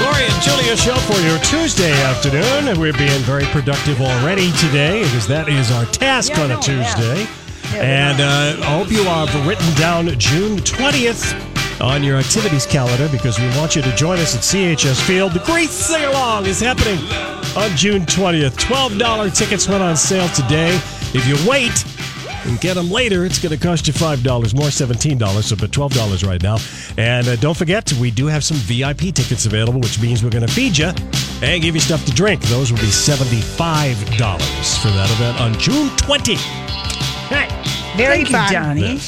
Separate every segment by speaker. Speaker 1: Lori and Julia show for your Tuesday afternoon, and we're being very productive already today because that is our task on a Tuesday. and uh, I hope you have written down June 20th on your activities calendar because we want you to join us at CHS Field. The Great Sing Along is happening on June 20th. $12 tickets went on sale today. If you wait, and get them later. It's going to cost you $5 more, $17, so but $12 right now. And uh, don't forget, we do have some VIP tickets available, which means we're going to feed you and give you stuff to drink. Those will be $75 for that event on June 20.
Speaker 2: Very
Speaker 3: Thank
Speaker 2: fun.
Speaker 3: you, Donnie.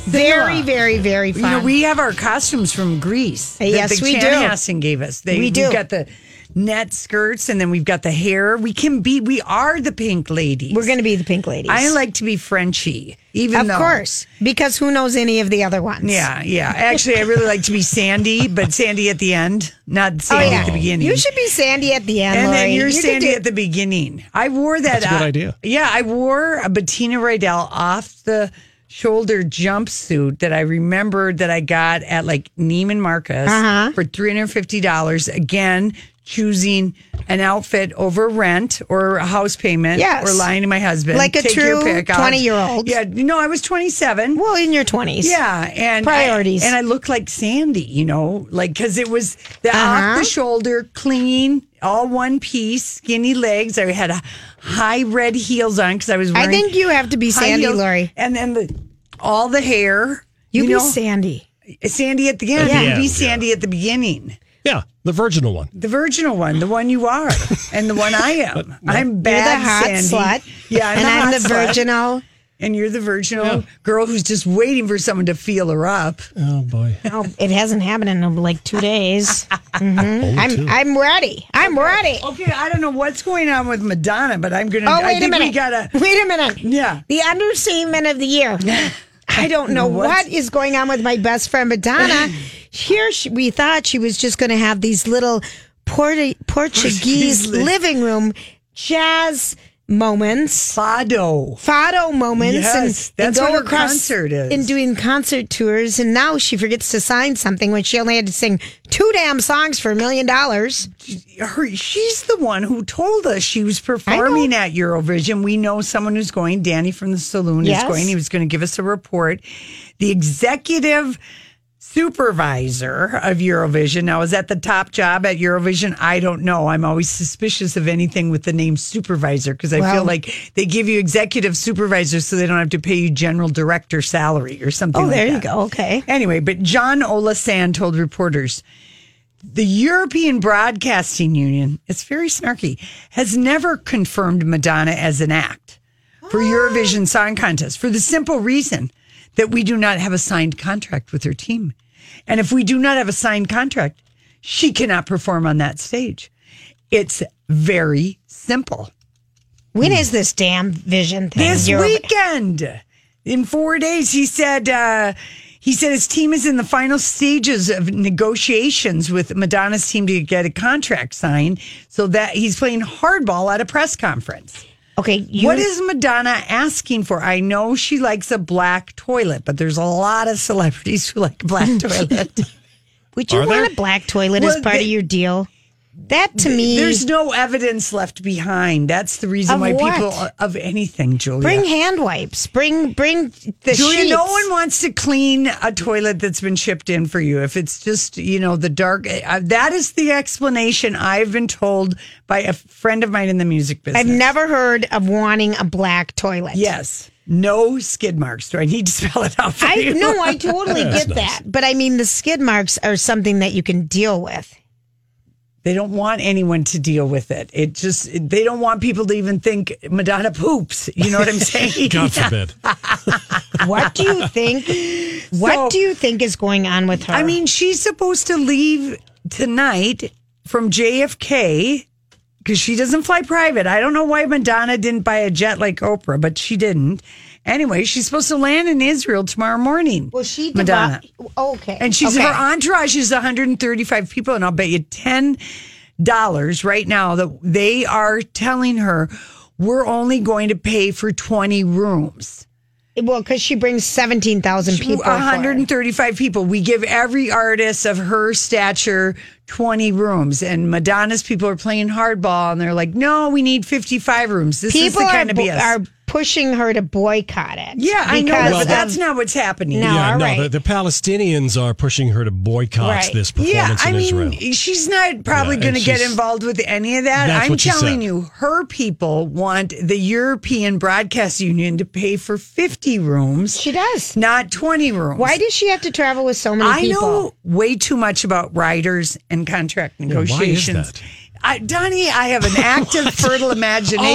Speaker 2: Very, very, very fun.
Speaker 3: You know, we have our costumes from Greece. that
Speaker 2: Yes,
Speaker 3: the
Speaker 2: we do.
Speaker 3: Chanhassen gave us. They,
Speaker 2: We do.
Speaker 3: We've got the net skirts, and then we've got the hair. We can be. We are the pink ladies.
Speaker 2: We're going to be the pink ladies.
Speaker 3: I like to be Frenchy, even
Speaker 2: of
Speaker 3: though.
Speaker 2: course, because who knows any of the other ones?
Speaker 3: Yeah, yeah. Actually, I really like to be Sandy, but Sandy at the end, not
Speaker 2: Oh
Speaker 3: Sandy
Speaker 2: yeah.
Speaker 3: at the beginning.
Speaker 2: You should be Sandy at the end.
Speaker 3: And then
Speaker 2: Lori.
Speaker 3: you're
Speaker 2: You could
Speaker 3: Sandy
Speaker 2: do-
Speaker 3: at the beginning. I wore that.
Speaker 1: That's a good
Speaker 3: uh,
Speaker 1: idea.
Speaker 3: Yeah, I wore a Bettina Rydell off the shoulder jumpsuit that I remembered that I got at like Neiman Marcus
Speaker 2: Uh-huh.
Speaker 3: for three hundred fifty dollars. Again, choosing an outfit over rent or a house payment.
Speaker 2: Yes.
Speaker 3: or lying to my husband.
Speaker 2: Like a
Speaker 3: Take your
Speaker 2: true
Speaker 3: pick. I'll-
Speaker 2: 20-year-old.
Speaker 3: Yeah, no, I was twenty seven.
Speaker 2: well in your twenties.
Speaker 3: Yeah, and
Speaker 2: Priorities.
Speaker 3: I, and I looked like Sandy, you know, like because it was the off
Speaker 2: Uh-huh.
Speaker 3: the shoulder, clean, all one piece, skinny legs. I had a high red heels on because I was.
Speaker 2: I
Speaker 3: Wearing
Speaker 2: think you have to be
Speaker 3: high
Speaker 2: Sandy,
Speaker 3: heels.
Speaker 2: Lori.
Speaker 3: and then the all the hair.
Speaker 2: You,
Speaker 3: You,
Speaker 2: be
Speaker 3: know,
Speaker 2: Sandy.
Speaker 3: Sandy at the end.
Speaker 1: At the
Speaker 3: you be
Speaker 1: end,
Speaker 3: Sandy at the beginning.
Speaker 1: Yeah, the virginal one.
Speaker 3: The virginal one, the one you are, and the one I am. I'm
Speaker 2: You're the
Speaker 3: bad
Speaker 2: hot
Speaker 3: Sandy.
Speaker 2: slut.
Speaker 3: Yeah,
Speaker 2: and
Speaker 3: the
Speaker 2: I'm
Speaker 3: hot
Speaker 2: the
Speaker 3: slut.
Speaker 2: virginal.
Speaker 3: and you're the virginal girl who's just waiting for someone to feel her up.
Speaker 1: Oh, boy.
Speaker 2: Oh, it hasn't happened in like two days. Mhm.
Speaker 1: two.
Speaker 2: I'm I'm ready. I'm ready.
Speaker 3: Okay, I don't know what's going on with Madonna, but I'm gonna.
Speaker 2: Oh
Speaker 3: I
Speaker 2: wait a
Speaker 3: think
Speaker 2: minute.
Speaker 3: We gotta.
Speaker 2: Wait a minute.
Speaker 3: Yeah.
Speaker 2: The understatement of the year. I don't know
Speaker 3: What?
Speaker 2: what is going on with my best friend Madonna. Here she, we thought she was just going to have these little Portu-
Speaker 3: Portuguese
Speaker 2: Portuguese
Speaker 3: li-
Speaker 2: living room jazz moments.
Speaker 3: Fado.
Speaker 2: Fado moments
Speaker 3: Yes,
Speaker 2: and, and
Speaker 3: that's
Speaker 2: go
Speaker 3: what her
Speaker 2: across
Speaker 3: concert is.
Speaker 2: and doing concert tours, and now she forgets to sign something when she only had to sing two damn songs for a million dollars.
Speaker 3: Her, she's the one who told us she was performing at Eurovision. We know someone who's going. Danny from the saloon
Speaker 2: Yes.
Speaker 3: is going. He was going to give us a report. The executive supervisor of Eurovision. Now, is that the top job at Eurovision? I don't know. I'm always suspicious of anything with the name supervisor because I feel
Speaker 2: Well-
Speaker 3: like they give you executive supervisor so they don't have to pay you general director salary or something
Speaker 2: Oh,
Speaker 3: like
Speaker 2: there you
Speaker 3: that.
Speaker 2: go. Okay.
Speaker 3: Anyway, but John Olasan told reporters the European Broadcasting Union, it's very snarky, has never confirmed Madonna as an act for Eurovision Song Contest for the simple reason that we do not have a signed contract with her team. And if we do not have a signed contract, she cannot perform on that stage. It's very simple.
Speaker 2: When is this damn vision thing?
Speaker 3: Hmm. This
Speaker 2: Euro-
Speaker 3: weekend, in four days, he said. Uh, he said his team is in the final stages of negotiations with Madonna's team to get a contract signed. So that he's playing hardball at a press conference.
Speaker 2: Okay. You,
Speaker 3: what is Madonna asking for? I know she likes a black toilet, but there's a lot of celebrities who like black toilet.
Speaker 2: Would you
Speaker 1: Are
Speaker 2: want
Speaker 1: there?
Speaker 2: a black toilet
Speaker 3: Well,
Speaker 2: as part
Speaker 3: they-
Speaker 2: of your deal? That to me,
Speaker 3: There's no evidence left behind. That's the reason
Speaker 2: Of
Speaker 3: why
Speaker 2: what?
Speaker 3: people of anything, Julia.
Speaker 2: bring hand wipes. Bring bring the
Speaker 3: Julia,
Speaker 2: sheets.
Speaker 3: no one wants to clean a toilet that's been shipped in for you. If it's just, you know, the dark, uh, that is the explanation I've been told by a friend of mine in the music business.
Speaker 2: I've never heard of wanting a black toilet.
Speaker 3: Yes. No skid marks. Do I need to spell it out for
Speaker 2: I
Speaker 3: you?
Speaker 2: no, I totally get that. But I mean, the skid marks are something that you can deal with.
Speaker 3: They don't want anyone to deal with it. It just, they don't want people to even think Madonna poops. You know what I'm saying?
Speaker 1: God forbid.
Speaker 2: What do you think? What
Speaker 3: So-
Speaker 2: do you think is going on with her?
Speaker 3: I mean, she's supposed to leave tonight from JFK because she doesn't fly private. I don't know why Madonna didn't buy a jet like Oprah, but she didn't. Anyway, she's supposed to land in Israel tomorrow morning.
Speaker 2: well, she devi-
Speaker 3: Madonna,
Speaker 2: Okay,
Speaker 3: and she's
Speaker 2: okay.
Speaker 3: her entourage is 135 people, and I'll bet you ten dollars right now that they are telling her we're only going to pay for 20 rooms.
Speaker 2: Well, because she brings seventeen thousand people. for it.
Speaker 3: 135 people. We give every artist of her stature 20 rooms, and Madonna's people are playing hardball, and they're like, "No, we need 55 rooms." This is
Speaker 2: People
Speaker 3: the
Speaker 2: are,
Speaker 3: kind of
Speaker 2: bo-
Speaker 3: BS.
Speaker 2: are pushing her to boycott it.
Speaker 3: yeah, I know,
Speaker 2: because
Speaker 3: but
Speaker 2: of-
Speaker 3: that's not what's happening.
Speaker 2: No.
Speaker 1: yeah,
Speaker 2: all
Speaker 1: no,
Speaker 2: right.
Speaker 1: the, the Palestinians are pushing her to boycott
Speaker 2: Right.
Speaker 1: this
Speaker 3: Yeah,
Speaker 1: performance
Speaker 3: I
Speaker 1: in
Speaker 3: mean,
Speaker 1: Israel.
Speaker 3: she's not probably
Speaker 1: Yeah, and
Speaker 3: going to get
Speaker 1: she's-
Speaker 3: involved with any of that.
Speaker 1: That's
Speaker 3: I'm
Speaker 1: what she said.
Speaker 3: telling you, her people want the European Broadcast Union to pay for 50 rooms,
Speaker 2: She does.
Speaker 3: not 20 rooms.
Speaker 2: Why does she have to travel with so many
Speaker 3: I
Speaker 2: people?
Speaker 3: know way too much about riders and contract
Speaker 1: why is
Speaker 3: negotiations.
Speaker 1: that?
Speaker 3: I, Donnie, I have an active, fertile imagination.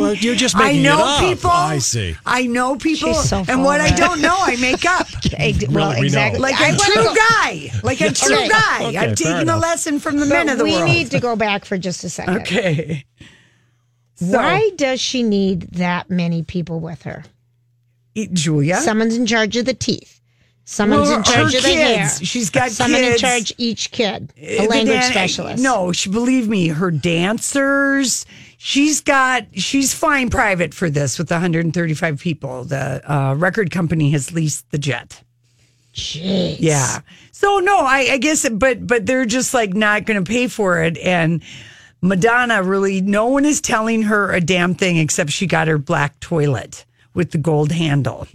Speaker 1: Oh, you're just
Speaker 3: I
Speaker 1: making it
Speaker 3: know
Speaker 1: up.
Speaker 3: people.
Speaker 1: I see.
Speaker 3: I know people,
Speaker 2: She's so
Speaker 3: and what I
Speaker 2: full of it.
Speaker 3: don't know, I make up.
Speaker 2: Ex- well,
Speaker 1: Really, we know.
Speaker 2: exactly.
Speaker 3: Like
Speaker 2: I
Speaker 3: a
Speaker 2: wanna
Speaker 3: true
Speaker 2: go-
Speaker 3: guy. Like a true
Speaker 2: Okay.
Speaker 3: guy.
Speaker 1: Okay, fair
Speaker 3: I've taken a
Speaker 1: enough.
Speaker 3: lesson from the
Speaker 2: But
Speaker 3: men of the
Speaker 2: we
Speaker 3: world.
Speaker 2: need to go back for just a second.
Speaker 3: okay. So,
Speaker 2: Why does she need that many people with her?
Speaker 3: Julia?
Speaker 2: Someone's in charge of the teeth. Someone's
Speaker 3: Well,
Speaker 2: in
Speaker 3: her
Speaker 2: charge of the hair.
Speaker 3: kids. She's got
Speaker 2: Someone
Speaker 3: kids. Uh,
Speaker 2: in charge each kid. A
Speaker 3: the
Speaker 2: language
Speaker 3: dan-
Speaker 2: specialist.
Speaker 3: No, she believe me, her dancers. She's got she's flying private for this with 135 people. The uh, record company has leased the jet.
Speaker 2: Jeez.
Speaker 3: Yeah. So no, I, I guess, it, but but they're just like not going to pay for it. And Madonna really, no one is telling her a damn thing except she got her black toilet with the gold handle.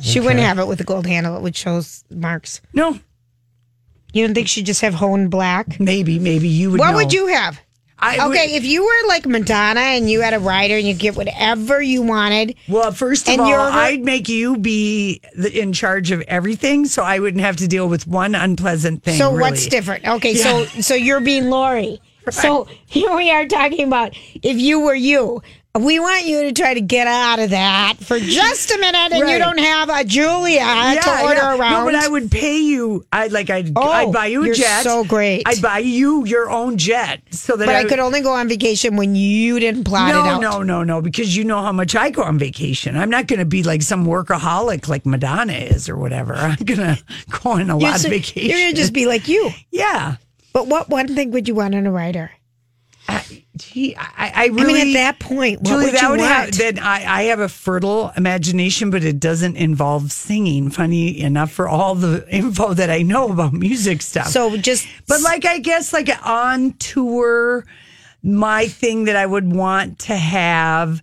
Speaker 2: She wouldn't have it with a gold handle. It would show marks.
Speaker 3: No,
Speaker 2: You don't think she'd just have honed black?
Speaker 3: maybe maybe you would.
Speaker 2: What
Speaker 3: know.
Speaker 2: would you have?
Speaker 3: I would-
Speaker 2: Okay, if you were like Madonna and you had a rider and you get whatever you wanted,
Speaker 3: Well, first of
Speaker 2: And
Speaker 3: all,
Speaker 2: you're-
Speaker 3: I'd make you be the, in charge of everything, so I wouldn't have to deal with one unpleasant thing.
Speaker 2: so
Speaker 3: really.
Speaker 2: what's different? Okay, so so you're being Lori. So here we are talking about if you were you. We want you to try to get out of that for just a minute, and you
Speaker 3: Right.
Speaker 2: don't have a Julia to order
Speaker 3: yeah.
Speaker 2: around.
Speaker 3: No, but I would pay you. I would like. I'd,
Speaker 2: Oh,
Speaker 3: I'd buy you a
Speaker 2: you're
Speaker 3: jet.
Speaker 2: so great.
Speaker 3: I'd buy you your own jet, so that
Speaker 2: But I
Speaker 3: would-
Speaker 2: could only go on vacation when you didn't plot it
Speaker 3: No,
Speaker 2: out.
Speaker 3: no, no, no, because you know how much I go on vacation. I'm not going to be like some workaholic like Madonna is or whatever. I'm going to go on a lot
Speaker 2: so-
Speaker 3: of vacation.
Speaker 2: You're gonna just be like you.
Speaker 3: yeah.
Speaker 2: But what one thing would you want in a rider?
Speaker 3: Gee, I, I really.
Speaker 2: I mean, at that point, what
Speaker 3: Julie,
Speaker 2: would
Speaker 3: that
Speaker 2: you
Speaker 3: would
Speaker 2: want?
Speaker 3: have then I, I have a fertile imagination, but it doesn't involve singing. Funny enough, for all the info that I know about music stuff.
Speaker 2: so just
Speaker 3: but like I guess like on tour, my thing that I would want to have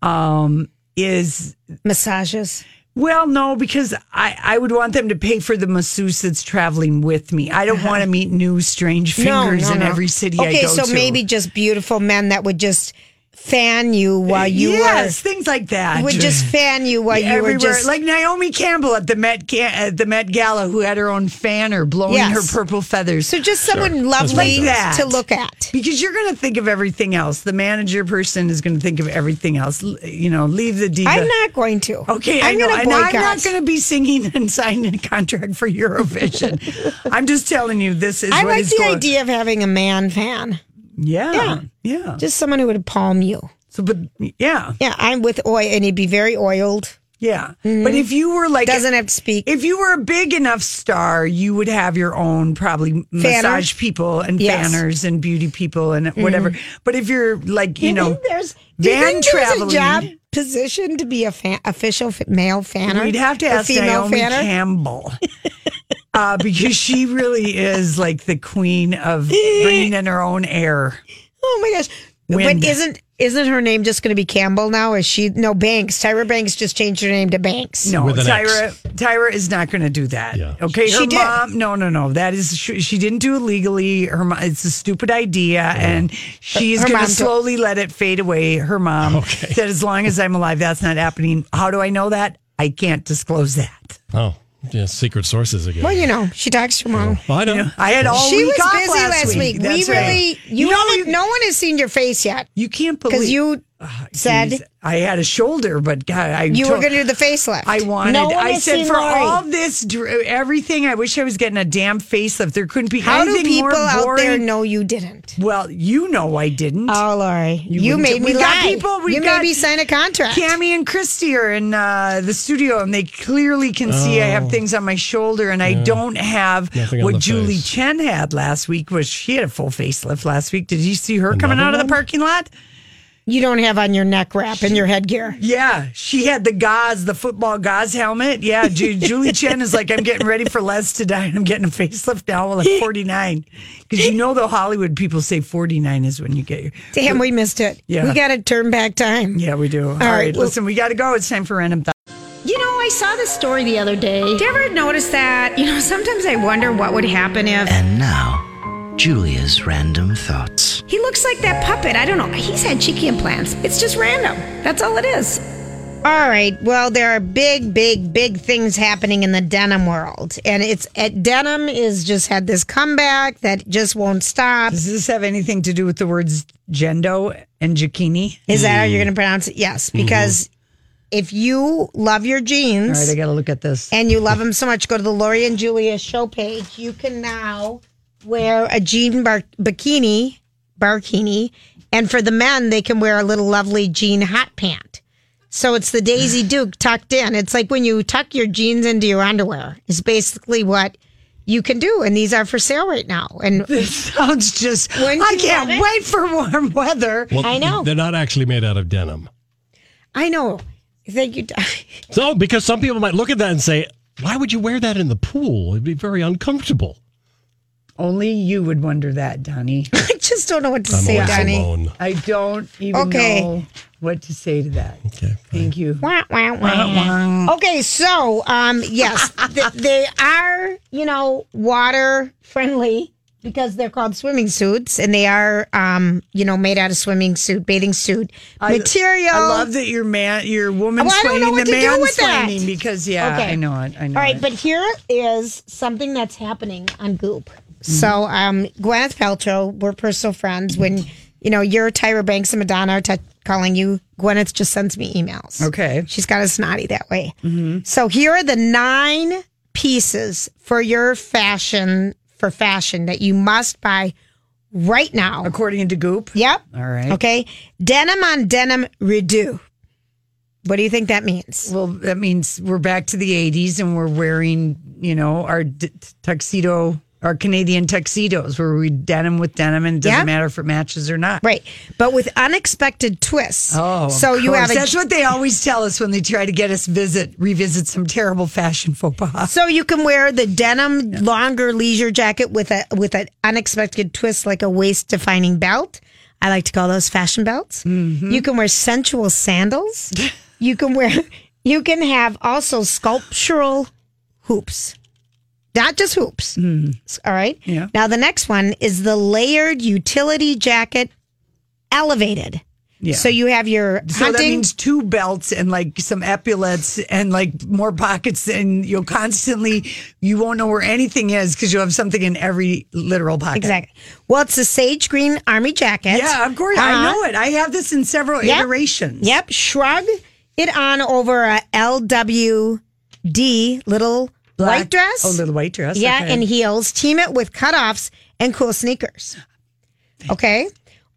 Speaker 3: um is
Speaker 2: massages.
Speaker 3: well, no, because I, I would want them to pay for the masseuse that's traveling with me. I don't
Speaker 2: Uh-huh.
Speaker 3: want to meet new strange fingers in every city
Speaker 2: Okay,
Speaker 3: I go
Speaker 2: so
Speaker 3: to.
Speaker 2: maybe just beautiful men that would just fan you while you
Speaker 3: yes, things like that
Speaker 2: were would just fan you while you
Speaker 3: everywhere,
Speaker 2: were just
Speaker 3: like Naomi Campbell at the Met Ga- at the Met Gala, who had her own fanner blowing
Speaker 2: Yes.
Speaker 3: her purple feathers.
Speaker 2: so just someone
Speaker 1: That's what
Speaker 2: lovely
Speaker 1: it
Speaker 3: does.
Speaker 2: to look at.
Speaker 3: because you're going to think of everything else, the manager person is going to think of everything else. L- You know, leave the diva.
Speaker 2: I'm not going to.
Speaker 3: Okay, I
Speaker 2: I'm
Speaker 3: know,
Speaker 2: gonna
Speaker 3: and I'm
Speaker 2: boycott.
Speaker 3: not going to be singing and signing a contract for Eurovision. I'm just telling you, this is.
Speaker 2: I
Speaker 3: what
Speaker 2: like
Speaker 3: is
Speaker 2: the
Speaker 3: going-
Speaker 2: idea of having a man fan,
Speaker 3: Yeah, yeah,
Speaker 2: just someone who would palm you.
Speaker 3: So, but yeah,
Speaker 2: Yeah, I'm with oil, and he'd be very oiled.
Speaker 3: yeah. But if you were like,
Speaker 2: Mm-hmm. Doesn't have to speak.
Speaker 3: If you were a big enough star, you would have your own probably massage people and
Speaker 2: Yes.
Speaker 3: fanners and beauty people and whatever. But if you're like, you know,
Speaker 2: think there's do you
Speaker 3: van
Speaker 2: think there's a
Speaker 3: traveling,
Speaker 2: job position to be a fan, official f- male fanner.
Speaker 3: we'd have to
Speaker 2: or
Speaker 3: ask
Speaker 2: female
Speaker 3: Naomi
Speaker 2: fanner.
Speaker 3: Campbell. uh, because she really is like the queen of bringing in her own air.
Speaker 2: Oh my gosh.
Speaker 3: Wind.
Speaker 2: But isn't isn't her name just going to be Campbell now? Is she no Banks? Tyra Banks just changed her name to Banks.
Speaker 3: No,
Speaker 1: With an
Speaker 3: Tyra.
Speaker 1: X.
Speaker 3: Tyra is not going to do that.
Speaker 1: Yeah.
Speaker 3: Okay, her
Speaker 2: She did.
Speaker 3: mom. No, no, no. That is she, she didn't do it legally. Her mom. It's a stupid idea, and she's
Speaker 2: her
Speaker 3: going
Speaker 2: mom
Speaker 3: to
Speaker 2: told-
Speaker 3: slowly let it fade away. Her mom
Speaker 1: Okay.
Speaker 3: said, "As long as I'm alive, that's not happening." How do I know that? I can't disclose that.
Speaker 1: Oh, yeah, secret sources again.
Speaker 2: Well, you know, she talks to her
Speaker 3: Oh,
Speaker 2: mom.
Speaker 1: Well, I don't.
Speaker 3: I had all
Speaker 2: She
Speaker 3: week
Speaker 2: was
Speaker 3: off
Speaker 2: busy last week.
Speaker 3: That's
Speaker 2: we
Speaker 3: right.
Speaker 2: really, you
Speaker 3: No,
Speaker 2: haven't-
Speaker 3: you-
Speaker 2: no one has seen your face yet
Speaker 3: You can't believe
Speaker 2: because you
Speaker 3: Ah,
Speaker 2: said
Speaker 3: Jeez, I had a shoulder, but God, I
Speaker 2: you were
Speaker 3: told-
Speaker 2: going to do the facelift.
Speaker 3: I wanted.
Speaker 2: No one
Speaker 3: I
Speaker 2: has
Speaker 3: said
Speaker 2: seen
Speaker 3: for
Speaker 2: Lori.
Speaker 3: all this, dr- everything. I wish I was getting a damn facelift. There couldn't be
Speaker 2: How do
Speaker 3: anything
Speaker 2: people
Speaker 3: more
Speaker 2: out there
Speaker 3: boring.
Speaker 2: know you didn't?
Speaker 3: Well, you know I didn't.
Speaker 2: Oh, Lori, you,
Speaker 3: wouldn't-
Speaker 2: made
Speaker 3: we
Speaker 2: me lie.
Speaker 3: Got people, we
Speaker 2: you
Speaker 3: got
Speaker 2: made me sign a contract.
Speaker 3: Cammy and Christy are in uh, the studio, and they clearly can see I have things on my shoulder, and I don't have
Speaker 1: Oh. Nothing on
Speaker 3: what
Speaker 1: the
Speaker 3: Julie
Speaker 1: face.
Speaker 3: Chen had last week. Was she had a full facelift last week? Did you see her coming
Speaker 1: Another
Speaker 3: out of
Speaker 1: one?
Speaker 3: the parking lot?
Speaker 2: you don't have on your neck wrap and your headgear.
Speaker 3: Yeah, she had the gauze, the football gauze helmet. Yeah, Ju- Julie Chen is like, I'm getting ready for Les to die, and I'm getting a facelift now while I'm 49. Because you know, the Hollywood people say 49 is when you get your.
Speaker 2: Damn, we missed it.
Speaker 3: Yeah.
Speaker 2: We got to turn back time.
Speaker 3: Yeah, we do. All right,
Speaker 2: right, well-
Speaker 3: listen, we got to go. It's time for random thoughts.
Speaker 4: You know, I saw this story the other day.
Speaker 2: Do you ever notice that? You know, sometimes I wonder what would happen if
Speaker 5: And now, Julia's random thoughts.
Speaker 4: He looks like that puppet. I don't know. He's had cheeky implants. It's just random. That's all it is.
Speaker 2: All right. Well, there are big, big, big things happening in the denim world, and it's at denim is just had this comeback that just won't stop.
Speaker 3: Does this have anything to do with the words gendo and zucchini?
Speaker 2: Is that how
Speaker 3: Mm-hmm.
Speaker 2: you're going to pronounce it? Yes, because if you love your
Speaker 3: All right,
Speaker 2: jeans
Speaker 3: I got to look at this.
Speaker 2: and you love them so much, go to the Lori and Julia show page. You can now wear a jean bar- bikini, barkini, and for the men, they can wear a little lovely jean hot pant. So it's the Daisy Duke tucked in. It's like when you tuck your jeans into your underwear. Is basically what you can do, and these are for sale right now. And
Speaker 3: Sounds just.
Speaker 2: Wouldn't
Speaker 3: I
Speaker 2: you love
Speaker 3: can't
Speaker 2: it?
Speaker 3: wait for warm weather.
Speaker 1: Well,
Speaker 2: I know.
Speaker 1: They're not actually made out of denim.
Speaker 2: I know, thank you.
Speaker 1: So, because some people might look at that and say, why would you wear that in the pool? It'd be very uncomfortable.
Speaker 3: Only you would wonder that, Donnie.
Speaker 2: I just don't know what to
Speaker 1: I'm
Speaker 2: say,
Speaker 1: always
Speaker 2: Donnie.
Speaker 1: alone.
Speaker 3: I don't even
Speaker 2: Okay.
Speaker 3: know what to say to that.
Speaker 1: Okay.
Speaker 3: Thank you.
Speaker 2: Wah, wah, wah. Okay, so um, yes, th- they are you know water friendly because they're called swimming suits, and they are um, you know made out of swimming suit, bathing suit material.
Speaker 3: I love that your man, your woman,
Speaker 2: Well, I don't
Speaker 3: explaining
Speaker 2: know what
Speaker 3: the
Speaker 2: to do
Speaker 3: man
Speaker 2: with that.
Speaker 3: explaining because yeah,
Speaker 2: Okay.
Speaker 3: I know it. I know.
Speaker 2: All right,
Speaker 3: it.
Speaker 2: but here is something that's happening on Goop.
Speaker 3: Mm-hmm.
Speaker 2: So, um, Gwyneth Paltrow, we're personal friends.
Speaker 3: Mm-hmm.
Speaker 2: When you know you're Tyra Banks and Madonna are t- calling you, Gwyneth just sends me emails.
Speaker 3: Okay.
Speaker 2: she's got a snotty that way.
Speaker 3: Mm-hmm.
Speaker 2: So here are the nine pieces for your fashion for fashion that you must buy right now.
Speaker 3: according to Goop.
Speaker 2: Yep.
Speaker 3: All right.
Speaker 2: Okay. Denim on denim redo. What do you think that means?
Speaker 3: Well, that means we're back to the '80s and we're wearing, you know, our d- tuxedo, our Canadian tuxedos, where we denim with denim, and it doesn't
Speaker 2: Yeah.
Speaker 3: matter if it matches or not.
Speaker 2: Right. But with unexpected twists.
Speaker 3: Oh, of
Speaker 2: so you
Speaker 3: course.
Speaker 2: have a
Speaker 3: That's what they always tell us when they try to get us visit revisit some terrible fashion faux pas.
Speaker 2: so you can wear the denim longer leisure jacket with a with an unexpected twist like a waist defining belt. I like to call those fashion belts.
Speaker 3: Mm-hmm.
Speaker 2: You can wear sensual sandals. you can wear you can have also sculptural hoops. Not just hoops. All right.
Speaker 3: Mm-hmm. Yeah.
Speaker 2: Now the next one is the layered utility jacket elevated.
Speaker 3: Yeah.
Speaker 2: So you have your
Speaker 3: So
Speaker 2: hunting
Speaker 3: that means two belts and like some epaulets and like more pockets, and you'll constantly you won't know where anything is because you'll have something in every literal pocket.
Speaker 2: Exactly. Well, it's a sage green army jacket.
Speaker 3: Yeah, of course. I
Speaker 2: Uh-huh.
Speaker 3: know it. I have this in several
Speaker 2: Yep.
Speaker 3: iterations.
Speaker 2: Yep. Shrug it on over a LWD little
Speaker 3: Black-
Speaker 2: white dress.
Speaker 3: Oh, little white dress.
Speaker 2: yeah,
Speaker 3: okay.
Speaker 2: and heels. Team it with cutoffs and cool sneakers. Okay.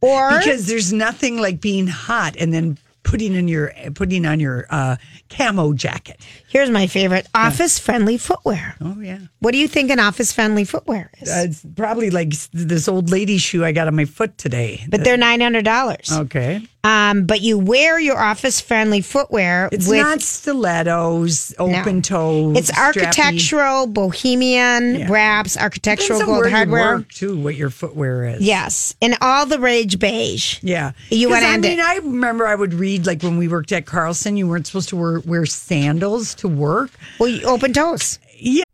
Speaker 2: Or
Speaker 3: because there's nothing like being hot and then putting in your putting on your uh, camo jacket.
Speaker 2: Here's my favorite office friendly footwear.
Speaker 3: Oh yeah,
Speaker 2: What do you think an office friendly footwear is?
Speaker 3: uh, it's probably like s- this old lady shoe I got on my foot today.
Speaker 2: but they're nine hundred dollars.
Speaker 3: okay,
Speaker 2: Um, but you wear your office friendly footwear.
Speaker 3: it's
Speaker 2: with,
Speaker 3: not stilettos, open toes.
Speaker 2: It's
Speaker 3: strappy.
Speaker 2: architectural, bohemian wraps,
Speaker 3: Depends
Speaker 2: architectural
Speaker 3: on
Speaker 2: gold
Speaker 3: where you
Speaker 2: hardware.
Speaker 3: work, too. What your footwear is.
Speaker 2: Yes, and all the rage beige.
Speaker 3: Yeah.
Speaker 2: You
Speaker 3: 'Cause
Speaker 2: wanna
Speaker 3: I
Speaker 2: end
Speaker 3: mean,
Speaker 2: it.
Speaker 3: I remember I would read like when we worked at Carlson, you weren't supposed to wear, wear sandals to work.
Speaker 2: Well, you open toes.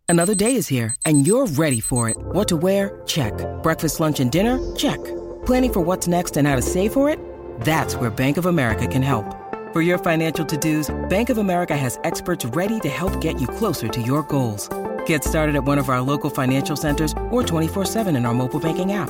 Speaker 6: Another day is here, and you're ready for it. What to wear? Check. Breakfast, lunch, and dinner? Check. Planning for what's next and how to save for it? That's where Bank of America can help. For your financial to dos, Bank of America has experts ready to help get you closer to your goals. Get started at one of our local financial centers or 24-7 in our mobile banking app.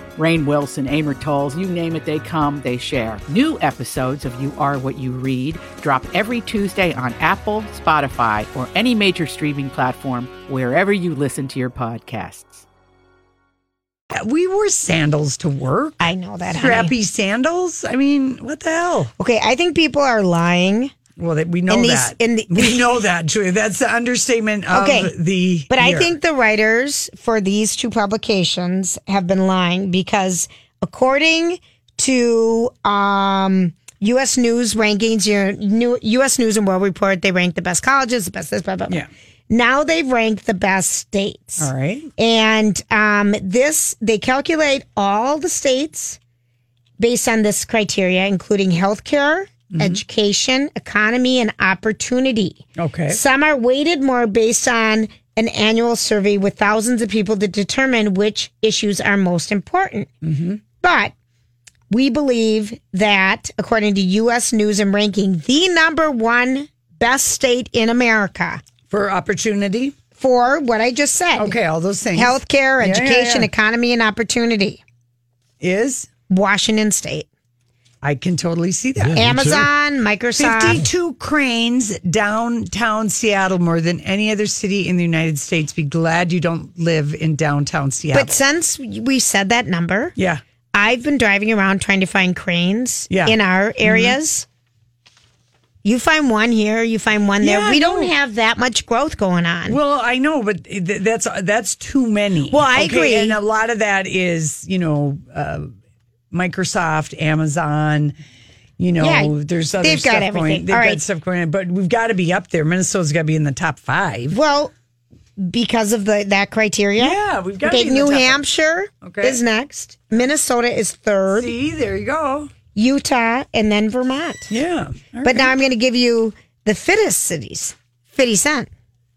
Speaker 7: Rain Wilson, Amor Tolls, you name it, they come, they share. New episodes of You Are What You Read drop every Tuesday on Apple, Spotify, or any major streaming platform wherever you listen to your podcasts.
Speaker 3: We wore sandals to work.
Speaker 2: I know that. honey.
Speaker 3: Strappy sandals. I mean, what the hell?
Speaker 2: Okay, I think people are lying.
Speaker 3: Well, that we know
Speaker 2: In these-
Speaker 3: that.
Speaker 2: in the-
Speaker 3: we know that, Julia. That's the understatement of
Speaker 2: Okay,
Speaker 3: the.
Speaker 2: But
Speaker 3: year.
Speaker 2: I think the writers for these two publications have been lying because according to um U.S. News rankings, your new U.S. News and World Report, they rank the best colleges, the best this, blah blah. blah.
Speaker 3: Yeah.
Speaker 2: Now they've ranked the best states.
Speaker 3: All right.
Speaker 2: And um, this, they calculate all the states based on this criteria, including healthcare,
Speaker 3: Mm-hmm.
Speaker 2: education, economy, and opportunity.
Speaker 3: Okay.
Speaker 2: Some are weighted more based on an annual survey with thousands of people to determine which issues are most important.
Speaker 3: Mm-hmm.
Speaker 2: But we believe that, according to U.S. News and Ranking, the number one best state in America
Speaker 3: For opportunity.
Speaker 2: for what I just said
Speaker 3: Okay. All those things.
Speaker 2: healthcare,
Speaker 3: Yeah, yeah,
Speaker 2: education,
Speaker 3: yeah.
Speaker 2: economy, and opportunity.
Speaker 3: is.
Speaker 2: Washington State,
Speaker 3: I can totally see that.
Speaker 1: Yeah, me too.
Speaker 2: Amazon, Microsoft.
Speaker 3: 52 cranes downtown Seattle, more than any other city in the United States. Be glad you don't live in downtown Seattle.
Speaker 2: But since we said that number,
Speaker 3: yeah.
Speaker 2: I've been driving around trying to find cranes
Speaker 3: Yeah. Mm-hmm.
Speaker 2: in our areas. You find one here, you find one there.
Speaker 3: Yeah,
Speaker 2: we
Speaker 3: I
Speaker 2: don't
Speaker 3: know.
Speaker 2: have that much growth going on.
Speaker 3: Well, I know, but th- that's that's too many.
Speaker 2: Well, I agree.
Speaker 3: and a lot of that is you know uh, Microsoft, Amazon. You know,
Speaker 2: Yeah,
Speaker 3: there's other
Speaker 2: they've got
Speaker 3: stuff
Speaker 2: everything.
Speaker 3: going. They've
Speaker 2: All
Speaker 3: got
Speaker 2: right.
Speaker 3: stuff going on, but we've got to be up there. Minnesota's got to be in the top five.
Speaker 2: Well, because of the that criteria.
Speaker 3: Yeah, we've got to
Speaker 2: Okay,
Speaker 3: be in
Speaker 2: New
Speaker 3: the top five.
Speaker 2: Hampshire
Speaker 3: Okay.
Speaker 2: is next. Minnesota is third.
Speaker 3: See, there you go.
Speaker 2: Utah and then Vermont.
Speaker 3: Yeah,
Speaker 2: But now I'm going to give you the fittest cities. 50 Cent.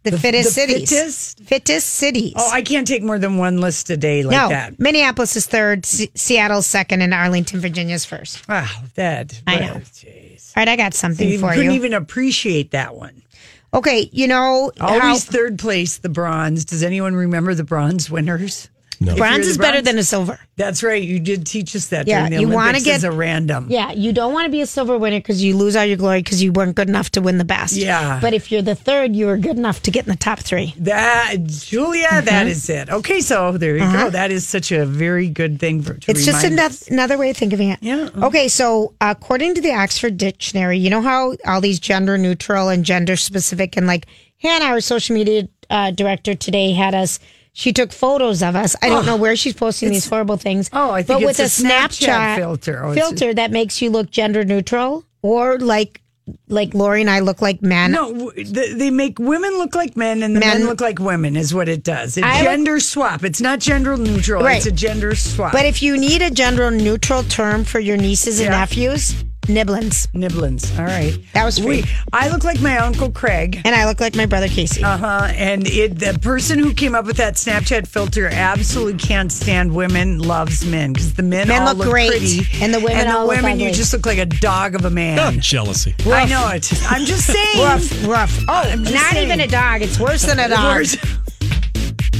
Speaker 2: The, fittest
Speaker 3: the
Speaker 2: cities.
Speaker 3: fittest?
Speaker 2: Fittest cities.
Speaker 3: Oh, I can't take more than one list a day like
Speaker 2: no.
Speaker 3: that.
Speaker 2: Minneapolis is third, Se- Seattle's second, and Arlington, Virginia's first.
Speaker 3: Wow, Ah, that.
Speaker 2: I know.
Speaker 3: Jeez.
Speaker 2: All right, I got something
Speaker 3: You
Speaker 2: for
Speaker 3: couldn't
Speaker 2: you.
Speaker 3: even appreciate that one.
Speaker 2: okay, you know, how-
Speaker 3: Always third place, the bronze. Does anyone remember the bronze winners? No.
Speaker 2: bronze is better than a silver.
Speaker 3: That's right. You did teach us that.
Speaker 2: Yeah,
Speaker 3: during the
Speaker 2: you wanna
Speaker 3: want to
Speaker 2: get-
Speaker 3: a random.
Speaker 2: Yeah, you don't want to be a silver winner because you lose all your glory because you weren't good enough to win the best.
Speaker 3: Yeah.
Speaker 2: But if you're the third, you were good enough to get in the top three.
Speaker 3: That Julia,
Speaker 2: Mm-hmm.
Speaker 3: that is it. Okay, so there you go. That is such a very good thing for. To
Speaker 2: Uh-huh. It's just
Speaker 3: remind
Speaker 2: another,
Speaker 3: us.
Speaker 2: another way of thinking of it.
Speaker 3: Yeah.
Speaker 2: Okay, so according to the Oxford Dictionary, you know how all these gender neutral and gender specific and like Hannah, our social media uh, director today, had us. She took photos of us. I don't know where she's posting these horrible things.
Speaker 3: Oh, I think
Speaker 2: but
Speaker 3: it's
Speaker 2: with
Speaker 3: a Snapchat filter. Oh, it's-
Speaker 2: filter that makes you look gender neutral or like like Lori and I look like men.
Speaker 3: No, w- th- they make women look like men and the men,
Speaker 2: Men-
Speaker 3: look like women is what it does. It
Speaker 2: I-
Speaker 3: gender swap. It's not gender neutral.
Speaker 2: Right.
Speaker 3: It's a gender swap.
Speaker 2: But if you need a gender neutral term for your nieces and
Speaker 3: Yeah.
Speaker 2: nephews, Nibblins.
Speaker 3: Nibblins. All right.
Speaker 2: That was free.
Speaker 3: We, I look like my Uncle Craig.
Speaker 2: And I look like my brother Casey.
Speaker 3: Uh-huh. And it, the person who came up with that Snapchat filter absolutely can't stand women loves men because the men,
Speaker 2: Men
Speaker 3: all
Speaker 2: look great,
Speaker 3: pretty
Speaker 2: and the women
Speaker 3: and the
Speaker 2: all look
Speaker 3: women you
Speaker 2: ugly.
Speaker 3: just look like a dog of a man.
Speaker 1: Ah, jealousy.
Speaker 3: I know it. I'm just saying.
Speaker 2: Rough, rough. Oh,
Speaker 3: I'm just
Speaker 2: not
Speaker 3: saying.
Speaker 2: even a dog. It's worse than a dog.
Speaker 3: Worse.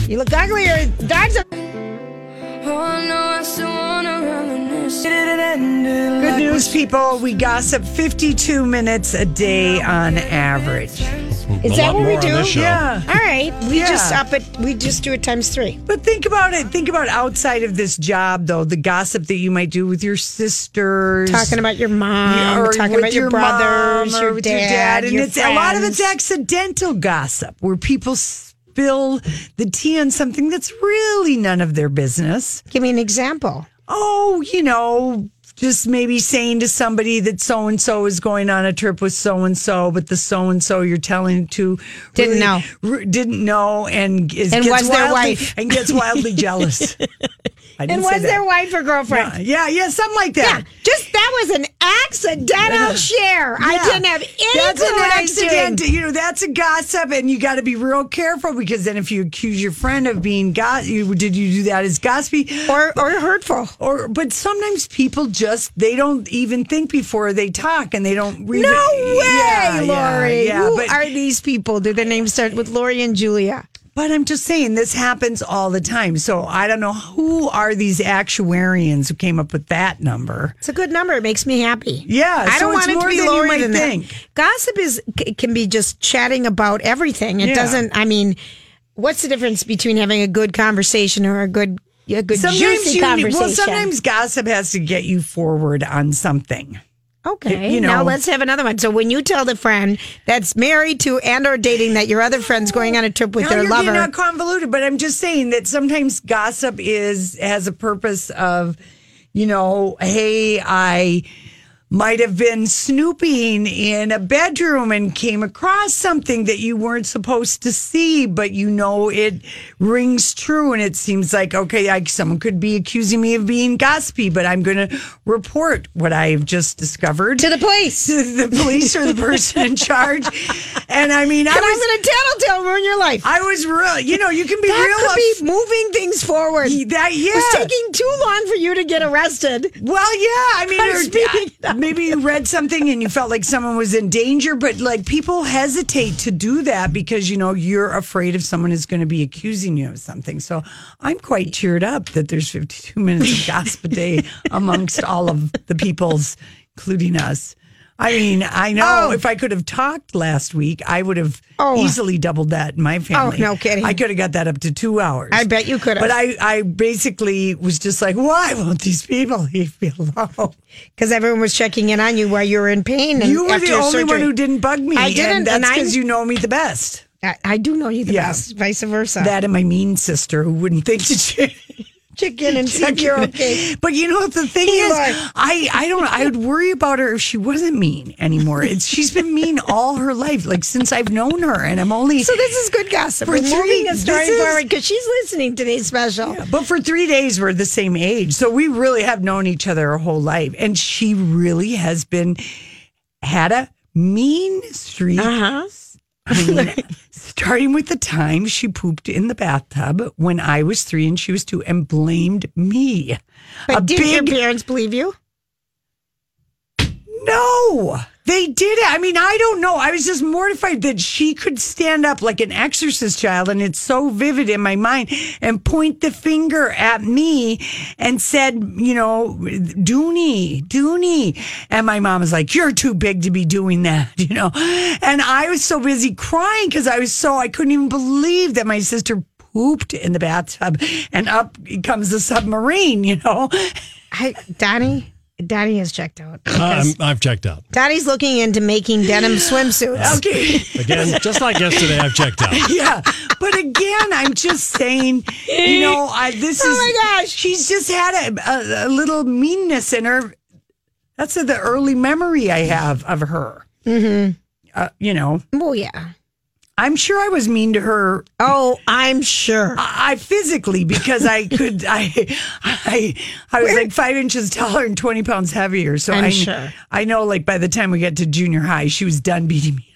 Speaker 2: You look uglier. Dogs are.
Speaker 3: Good news, people. We gossip 52 minutes a day on average.
Speaker 2: Is
Speaker 1: a
Speaker 2: that
Speaker 1: lot
Speaker 2: what we
Speaker 1: more on
Speaker 2: do?
Speaker 1: this show.
Speaker 3: Yeah.
Speaker 2: All right, we
Speaker 3: Yeah.
Speaker 2: just up it. We just do it times three.
Speaker 3: But think about it. Think about outside of this job, though, the gossip that you might do with your sisters.
Speaker 2: Talking about your mom,
Speaker 3: or
Speaker 2: Um, talking
Speaker 3: with
Speaker 2: about your,
Speaker 3: mom
Speaker 2: brothers,
Speaker 3: or
Speaker 2: your
Speaker 3: with
Speaker 2: dad,
Speaker 3: and
Speaker 2: your
Speaker 3: it's a lot of it's
Speaker 2: friends.
Speaker 3: accidental gossip where people spill the tea on something that's really none of their business.
Speaker 2: Give me an example.
Speaker 3: Oh, you know, just maybe saying to somebody that so and so is going on a trip with so and so, but the so and so you're telling to
Speaker 2: Didn't
Speaker 3: really-
Speaker 2: know.
Speaker 3: re- didn't know, and is,
Speaker 2: And
Speaker 3: gets
Speaker 2: was their
Speaker 3: wildly-
Speaker 2: wife.
Speaker 3: and gets wildly jealous. I didn't
Speaker 2: And
Speaker 3: say
Speaker 2: was
Speaker 3: that.
Speaker 2: their wife or girlfriend?
Speaker 3: Yeah, yeah, something like that.
Speaker 2: Yeah, just that was an accidental share. I
Speaker 3: Yeah.
Speaker 2: didn't have any
Speaker 3: That's
Speaker 2: clue
Speaker 3: an
Speaker 2: what I was
Speaker 3: accident.
Speaker 2: doing.
Speaker 3: You know, that's a gossip, and you got to be real careful because then if you accuse your friend of being gossip, did you do that as gossipy?
Speaker 2: or or hurtful.
Speaker 3: Or, but sometimes people just they don't even think before they talk, and they don't. Re-
Speaker 2: No way,
Speaker 3: Yeah, yeah,
Speaker 2: Lori.
Speaker 3: Yeah,
Speaker 2: Who
Speaker 3: but,
Speaker 2: are these people? Do their names start with Lori and Julia?
Speaker 3: but I'm just saying this happens all the time. So I don't know who are these actuarians who came up with that number.
Speaker 2: It's a good number. It makes me happy.
Speaker 3: Yeah,
Speaker 2: I
Speaker 3: so
Speaker 2: don't
Speaker 3: it's
Speaker 2: want it to
Speaker 3: more
Speaker 2: be
Speaker 3: than you
Speaker 2: lower
Speaker 3: might
Speaker 2: than
Speaker 3: think.
Speaker 2: that. Gossip is c- can be just chatting about everything. It
Speaker 3: Yeah.
Speaker 2: doesn't. I mean, what's the difference between having a good conversation or a good a good juicy
Speaker 3: need-
Speaker 2: conversation?
Speaker 3: well, sometimes gossip has to get you forward on something.
Speaker 2: okay.
Speaker 3: you know.
Speaker 2: now let's have another one. So when you tell the friend that's married to and or dating that your other friend's going on a trip with
Speaker 3: No,
Speaker 2: their
Speaker 3: you're
Speaker 2: lover,
Speaker 3: getting not convoluted, but I'm just saying that sometimes gossip is has a purpose of, you know, hey, I might have been snooping in a bedroom and came across something that you weren't supposed to see, but you know it rings true, and it seems like okay, I, someone could be accusing me of being gossipy, but I'm going to report what I've just discovered
Speaker 2: to the police.
Speaker 3: to the police or the person in charge. And I mean, I
Speaker 2: And
Speaker 3: was
Speaker 2: I'm going to tattletale ruin your life.
Speaker 3: I was real. You know, you can be
Speaker 2: that
Speaker 3: real.
Speaker 2: could
Speaker 3: up-
Speaker 2: be moving things forward.
Speaker 3: Ye- that-
Speaker 2: It was
Speaker 3: yeah.
Speaker 2: taking too long for you to get arrested.
Speaker 3: well, yeah. I mean,
Speaker 2: I'm
Speaker 3: or-
Speaker 2: speaking
Speaker 3: uh, maybe you read something and you felt like someone was in danger, but like people hesitate to do that because you know you're afraid if someone is going to be accusing you of something. So I'm quite cheered up that there's 52 minutes of gossip a day amongst all of the peoples, including us. I mean, I know
Speaker 2: Oh.
Speaker 3: if I could have talked last week, I would have
Speaker 2: Oh.
Speaker 3: easily doubled that in my family.
Speaker 2: no kidding.
Speaker 3: I could have got that up to two hours.
Speaker 2: I bet you could've.
Speaker 3: But I, I basically was just like, why won't these people leave me alone?
Speaker 2: because everyone was checking in on you while you were in pain. And
Speaker 3: You were
Speaker 2: after
Speaker 3: the
Speaker 2: your
Speaker 3: only
Speaker 2: surgery.
Speaker 3: one who didn't bug me.
Speaker 2: I didn't,
Speaker 3: And that's
Speaker 2: and I-
Speaker 3: because you know me the best.
Speaker 2: I, I do know you the
Speaker 3: Yeah.
Speaker 2: best, vice versa.
Speaker 3: That and my mean sister who wouldn't think to check.
Speaker 2: Check in and see if you're okay.
Speaker 3: But you know what the thing
Speaker 2: You
Speaker 3: is,
Speaker 2: are.
Speaker 3: I I don't know. I would worry about her if she wasn't mean anymore. It's, she's been mean all her life, like since I've known her, and I'm only
Speaker 2: So this is good gossip.
Speaker 3: For
Speaker 2: We're
Speaker 3: three-
Speaker 2: moving a story
Speaker 3: this is-
Speaker 2: forward because she's listening to today's special.
Speaker 3: But for three days, we're the same age. So we really have known each other our whole life. And she really has been, had a mean streak.
Speaker 2: Uh-huh.
Speaker 3: I mean, starting with the time she pooped in the bathtub when I was three and she was two and blamed me.
Speaker 2: But
Speaker 3: a
Speaker 2: did
Speaker 3: big
Speaker 2: your parents believe you?
Speaker 3: No, they did it. I mean, I don't know. I was just mortified that she could stand up like an exorcist child, and it's so vivid in my mind, and point the finger at me and said, you know, Dooney, Dooney. And my mom was like, you're too big to be doing that, you know. And I was so busy crying because I was so, I couldn't even believe that my sister pooped in the bathtub and up comes the submarine, you know.
Speaker 2: I, Donnie, Donnie has checked out.
Speaker 1: I'm, Uh, I've checked out.
Speaker 2: Donnie's looking into making denim swimsuits.
Speaker 3: Okay.
Speaker 1: Again, just like yesterday, I've checked out.
Speaker 3: yeah. But again, I'm just saying, you know, I, this
Speaker 2: Oh
Speaker 3: is.
Speaker 2: my gosh.
Speaker 3: She's just had a, a, a little meanness in her. That's the early memory I have of her. Mm-hmm. Uh, you know,
Speaker 2: Oh yeah.
Speaker 3: I'm sure I was mean to her.
Speaker 2: Oh, I'm sure.
Speaker 3: I I physically because I could I I I was like five inches taller and twenty pounds heavier. So
Speaker 2: I'm
Speaker 3: I,
Speaker 2: sure.
Speaker 3: I know. Like by the time we got to junior high, she was done beating me.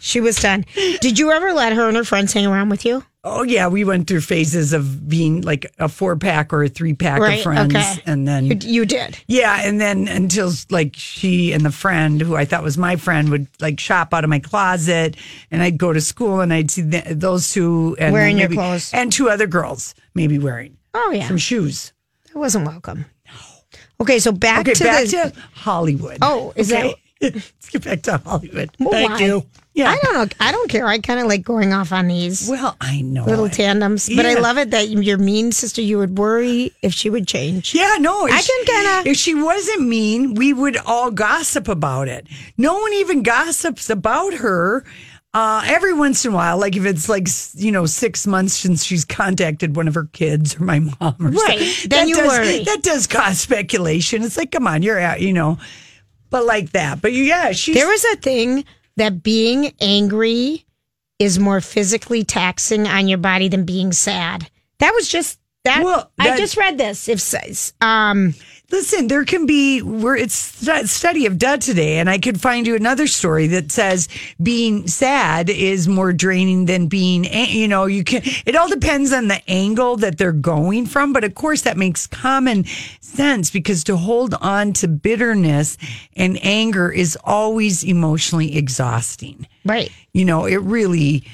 Speaker 2: She was done. Did you ever let her and her friends hang around with you?
Speaker 3: Oh yeah, we went through phases of being like a four pack or a three pack
Speaker 2: Right,
Speaker 3: of friends,
Speaker 2: okay.
Speaker 3: and then
Speaker 2: You, you did.
Speaker 3: yeah, and then until like she and the friend who I thought was my friend would like shop out of my closet, and I'd go to school and I'd see th- those two and then
Speaker 2: Wearing your
Speaker 3: maybe-
Speaker 2: clothes.
Speaker 3: and two other girls maybe wearing
Speaker 2: Oh yeah,
Speaker 3: some shoes.
Speaker 2: I wasn't welcome. Okay, so back
Speaker 3: Okay,
Speaker 2: to
Speaker 3: back
Speaker 2: the.
Speaker 3: to Hollywood.
Speaker 2: Oh, is
Speaker 3: okay. Let's get back to Hollywood.
Speaker 2: Well,
Speaker 1: Thank
Speaker 2: why?
Speaker 1: you.
Speaker 3: Yeah.
Speaker 2: I don't know. I don't care. I kind of like going off on these
Speaker 3: Well, I know.
Speaker 2: little
Speaker 3: it.
Speaker 2: tandems, but I
Speaker 3: Yeah.
Speaker 2: love it that your mean sister. You would worry if she would change.
Speaker 3: Yeah, no. if
Speaker 2: I
Speaker 3: she-
Speaker 2: can kinda-
Speaker 3: If she wasn't mean, we would all gossip about it. No one even gossips about her. Uh, every once in a while, like if it's like s- you know six months since she's contacted one of her kids or my mom or
Speaker 2: Right,
Speaker 3: something,
Speaker 2: then
Speaker 3: that
Speaker 2: you
Speaker 3: does,
Speaker 2: worry.
Speaker 3: That does cause speculation. It's like, come on, you're out, you know. But like that, but yeah, she's
Speaker 2: There is a thing that being angry is more physically taxing on your body than being sad. That was just that.
Speaker 3: Well,
Speaker 2: I
Speaker 3: that-
Speaker 2: just read this. If s- um,
Speaker 3: Listen, there can be where it's stu- study of dud today, and I could find you another story that says being sad is more draining than being. a- You know, you can. It all depends on the angle that they're going from, but of course that makes common sense because to hold on to bitterness and anger is always emotionally exhausting.
Speaker 2: right.
Speaker 3: You know, it really.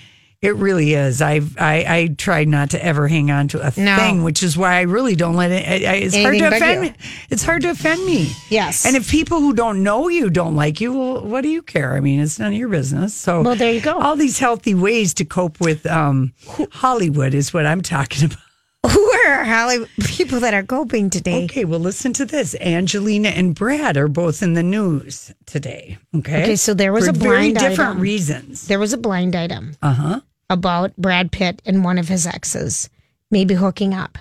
Speaker 3: It really is. I've I, I tried not to ever hang on to a
Speaker 2: No.
Speaker 3: thing, which is why I really don't let it. I, I, it's hard to
Speaker 2: Anything but
Speaker 3: offend.
Speaker 2: you.
Speaker 3: It's hard to offend me.
Speaker 2: Yes.
Speaker 3: And if people who don't know you don't like you, well, what do you care? I mean, it's none of your business. So,
Speaker 2: Well, there you go.
Speaker 3: All these healthy ways to cope with um, Hollywood is what I'm talking about.
Speaker 2: Who are Hollywood people that are coping today?
Speaker 3: Okay, well, listen to this. Angelina and Brad are both in the news today. Okay.
Speaker 2: Okay, so there was
Speaker 3: For
Speaker 2: a
Speaker 3: very
Speaker 2: blind
Speaker 3: different
Speaker 2: item.
Speaker 3: reasons. Uh-huh.
Speaker 2: There was a blind item. Uh huh. About Brad Pitt and one of his exes maybe hooking up.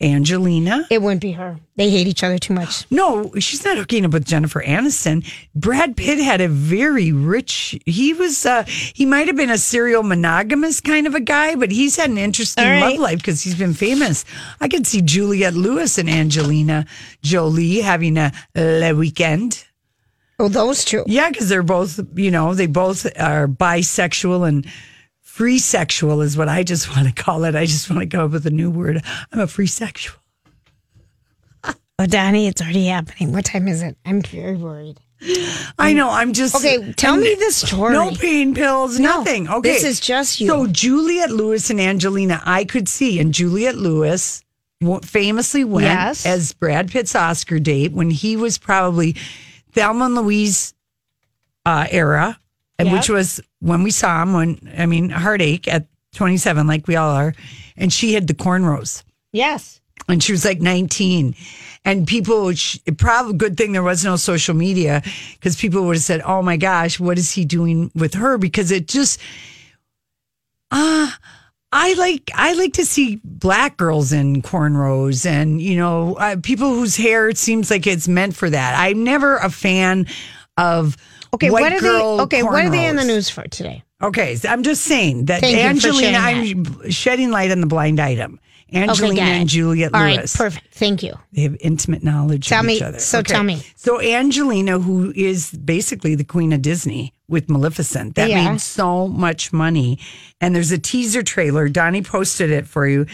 Speaker 3: Angelina.
Speaker 2: It wouldn't be her. They hate each other too much.
Speaker 3: No, she's not hooking up with Jennifer Aniston. Brad Pitt had a very rich. He was. Uh, he might have been a serial monogamous kind of a guy, but he's had an interesting
Speaker 2: All right.
Speaker 3: love life because he's been famous. I could see Juliette Lewis and Angelina Jolie having a le weekend.
Speaker 2: Oh, those two.
Speaker 3: Yeah, because they're both. You know, they both are bisexual and. Free sexual is what I just want to call it. I just want to come up with a new word. I'm a free sexual.
Speaker 2: Oh, Donnie, it's already happening. What time is it? I'm very worried.
Speaker 3: I know. I'm just
Speaker 2: Mm. Okay, tell me this story.
Speaker 3: No pain pills, nothing. Okay.
Speaker 2: this is just you.
Speaker 3: So, Juliet Lewis and Angelina, I could see. And Juliet Lewis w- famously went
Speaker 2: Yes.
Speaker 3: as Brad Pitt's Oscar date when he was probably Thelma and Louise uh, era, and which was when we saw him, when, I mean, heartache at 27, like we all are. And she had the cornrows
Speaker 2: Yes.
Speaker 3: and she was like 19 and people sh- probably good thing there was no social media because people would have said oh my gosh what is he doing with her because it just ah i like i like to see black girls in cornrows and you know uh, people whose hair it seems like it's meant for that i'm never a fan of
Speaker 2: Okay,
Speaker 3: white
Speaker 2: what are
Speaker 3: girl
Speaker 2: they? Okay, what are they in the
Speaker 3: cornrows.
Speaker 2: news for today?
Speaker 3: Okay, so I'm just saying that
Speaker 2: Thank you for
Speaker 3: Angelina,
Speaker 2: sharing
Speaker 3: I'm shedding light on the blind item. Angelina
Speaker 2: got it.
Speaker 3: and Juliet
Speaker 2: All right,
Speaker 3: Lewis.
Speaker 2: perfect. Thank you.
Speaker 3: They have intimate knowledge
Speaker 2: Tell
Speaker 3: of
Speaker 2: me-
Speaker 3: each other.
Speaker 2: so tell me.
Speaker 3: So Angelina, who is basically the queen of Disney with Maleficent, that
Speaker 2: Yeah.
Speaker 3: made so much money. And there's a teaser trailer. Donnie posted it for you.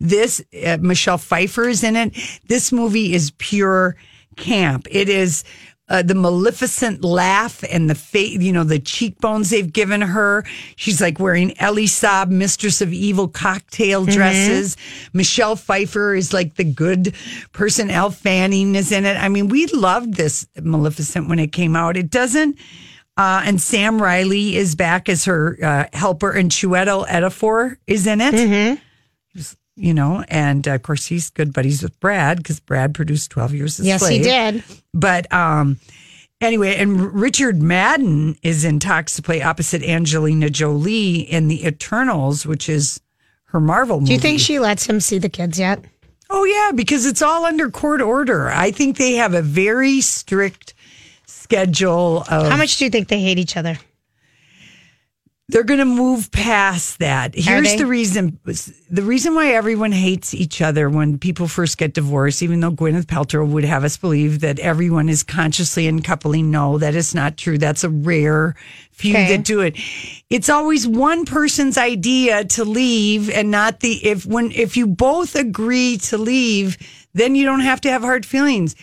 Speaker 3: This uh, Michelle Pfeiffer is in it. This movie is pure camp. It is. Uh, the maleficent laugh and the face, you know, the cheekbones they've given her. She's like wearing Ellie Saab, Mistress of Evil cocktail
Speaker 2: Mm-hmm.
Speaker 3: dresses. Michelle Pfeiffer is like the good person. Elle Fanning is in it. I mean, we loved this Maleficent when it came out. It doesn't. Uh, and Sam Riley is back as her uh, helper, and Chueto Etafor is in it.
Speaker 2: Mm-hmm.
Speaker 3: He's- You know, and uh, of course he's good buddies with Brad because Brad produced Twelve Years a
Speaker 2: Yes,
Speaker 3: Slave.
Speaker 2: he did.
Speaker 3: But um, anyway, and Richard Madden is in talks to play opposite Angelina Jolie in The Eternals, which is her Marvel movie.
Speaker 2: Do you think she lets him see the kids yet?
Speaker 3: Oh, yeah, because it's all under court order. I think they have a very strict schedule of.
Speaker 2: How much do you think they hate each other?
Speaker 3: they're going to move past that. Here's
Speaker 2: they?
Speaker 3: the reason the reason why everyone hates each other when people first get divorced, even though Gwyneth Paltrow would have us believe that everyone is consciously and coupling. No, that is not true. That's a rare few
Speaker 2: Okay.
Speaker 3: that do it. It's always one person's idea to leave and not the if when if you both agree to leave, then you don't have to have hard feelings.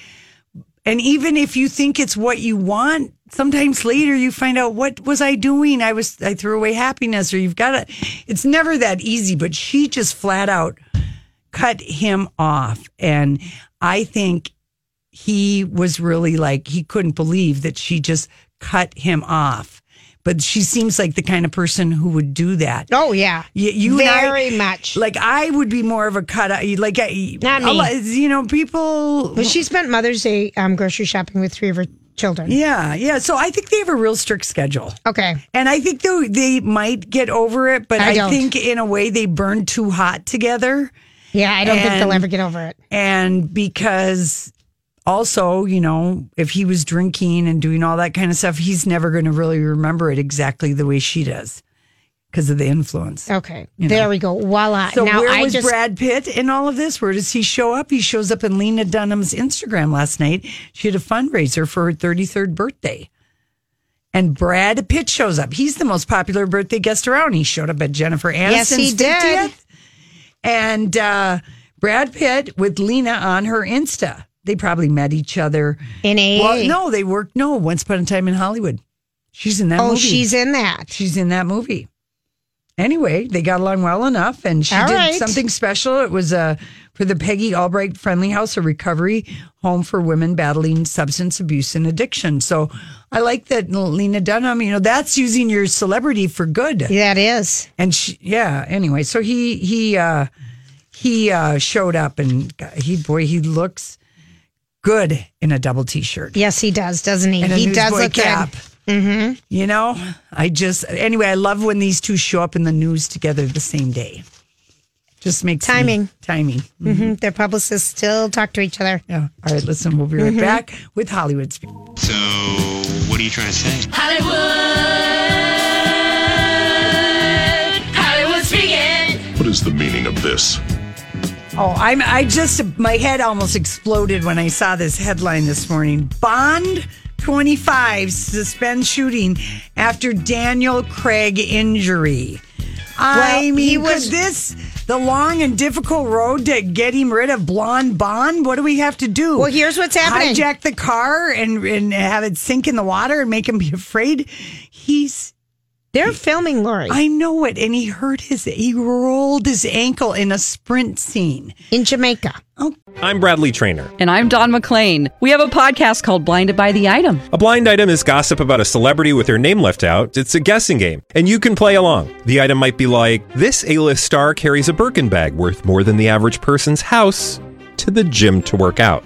Speaker 3: And even if you think it's what you want, sometimes later you find out what was I doing? I was I threw away happiness or you've got to it's never that easy, but she just flat out cut him off and I think he was really like he couldn't believe that she just cut him off. But she seems like the kind of person who would do that.
Speaker 2: Oh yeah,
Speaker 3: You, you and I-
Speaker 2: very much.
Speaker 3: Like I would be more of a cut out. Like I,
Speaker 2: Not
Speaker 3: a
Speaker 2: me.
Speaker 3: lot- you know, people.
Speaker 2: But she spent Mother's Day um, grocery shopping with three of her children.
Speaker 3: Yeah, yeah. So I think they have a real strict schedule.
Speaker 2: Okay.
Speaker 3: And I think though they might get over it, but
Speaker 2: I
Speaker 3: I,
Speaker 2: don't.
Speaker 3: think in a way they burned too hot together.
Speaker 2: Yeah, I don't think they'll
Speaker 3: And-
Speaker 2: ever get over it.
Speaker 3: And because also, you know, if he was drinking and doing all that kind of stuff, he's never going to really remember it exactly the way she does because of the influence.
Speaker 2: Okay. There we go. Voila.
Speaker 3: So
Speaker 2: now
Speaker 3: where
Speaker 2: I
Speaker 3: was
Speaker 2: just
Speaker 3: Brad Pitt in all of this? Where does he show up? He shows up in Lena Dunham's Instagram last night. She had a fundraiser for her 33rd birthday. And Brad Pitt shows up. He's the most popular birthday guest around. He showed up at Jennifer Aniston's
Speaker 2: Yes, he did.
Speaker 3: 50th. And uh, Brad Pitt with Lena on her Insta. They probably met each other.
Speaker 2: in a
Speaker 3: Well, no, they worked. No, Once Upon a Time in Hollywood. She's in that
Speaker 2: Oh,
Speaker 3: movie
Speaker 2: she's in that.
Speaker 3: she's in that movie. Anyway, they got along well enough, and she
Speaker 2: All
Speaker 3: did
Speaker 2: right.
Speaker 3: something special. It was uh, for the Peggy Albright Friendly House, a recovery home for women battling substance abuse and addiction. So I like that Lena Dunham. You know, that's using your celebrity for good.
Speaker 2: That is.
Speaker 3: And she, yeah. Anyway, so he he uh, he uh, showed up, and got- he boy, he looks good in a double t-shirt
Speaker 2: Yes, he does, doesn't he?
Speaker 3: and a
Speaker 2: He does Mm-hmm.
Speaker 3: newsboy
Speaker 2: look
Speaker 3: cap.
Speaker 2: good.
Speaker 3: You know, I just anyway, I love when these two show up in the news together the same day. Just makes me-
Speaker 2: Timing.
Speaker 3: timing.
Speaker 2: hmm Their publicists still talk to each other.
Speaker 3: Yeah. All right, listen, we'll be
Speaker 2: Mm-hmm.
Speaker 3: right back with Hollywood Speak.
Speaker 8: So, what are you trying to say?
Speaker 9: What is the meaning of this?
Speaker 3: Oh, I'm I just my head almost exploded when I saw this headline this morning. Bond 25 suspends shooting after Daniel Craig injury. I
Speaker 2: Well,
Speaker 3: mean,
Speaker 2: he
Speaker 3: was
Speaker 2: was-
Speaker 3: this the long and difficult road to get him rid of blonde Bond? What do we have to do?
Speaker 2: Well, here's what's happening.
Speaker 3: Hijack the car and and have it sink in the water and make him be afraid. He's
Speaker 2: They're filming Lori
Speaker 3: I know it, and he hurt his he rolled his ankle in a sprint scene.
Speaker 2: in Jamaica.
Speaker 8: I'm Bradley Trainer.
Speaker 9: And I'm Don McClain. We have a podcast called Blinded by the Item.
Speaker 8: A blind item is gossip about a celebrity with their name left out. It's a guessing game, and you can play along. The item might be like this: A-list star carries a Birkin bag worth more than the average person's house to the gym to work out.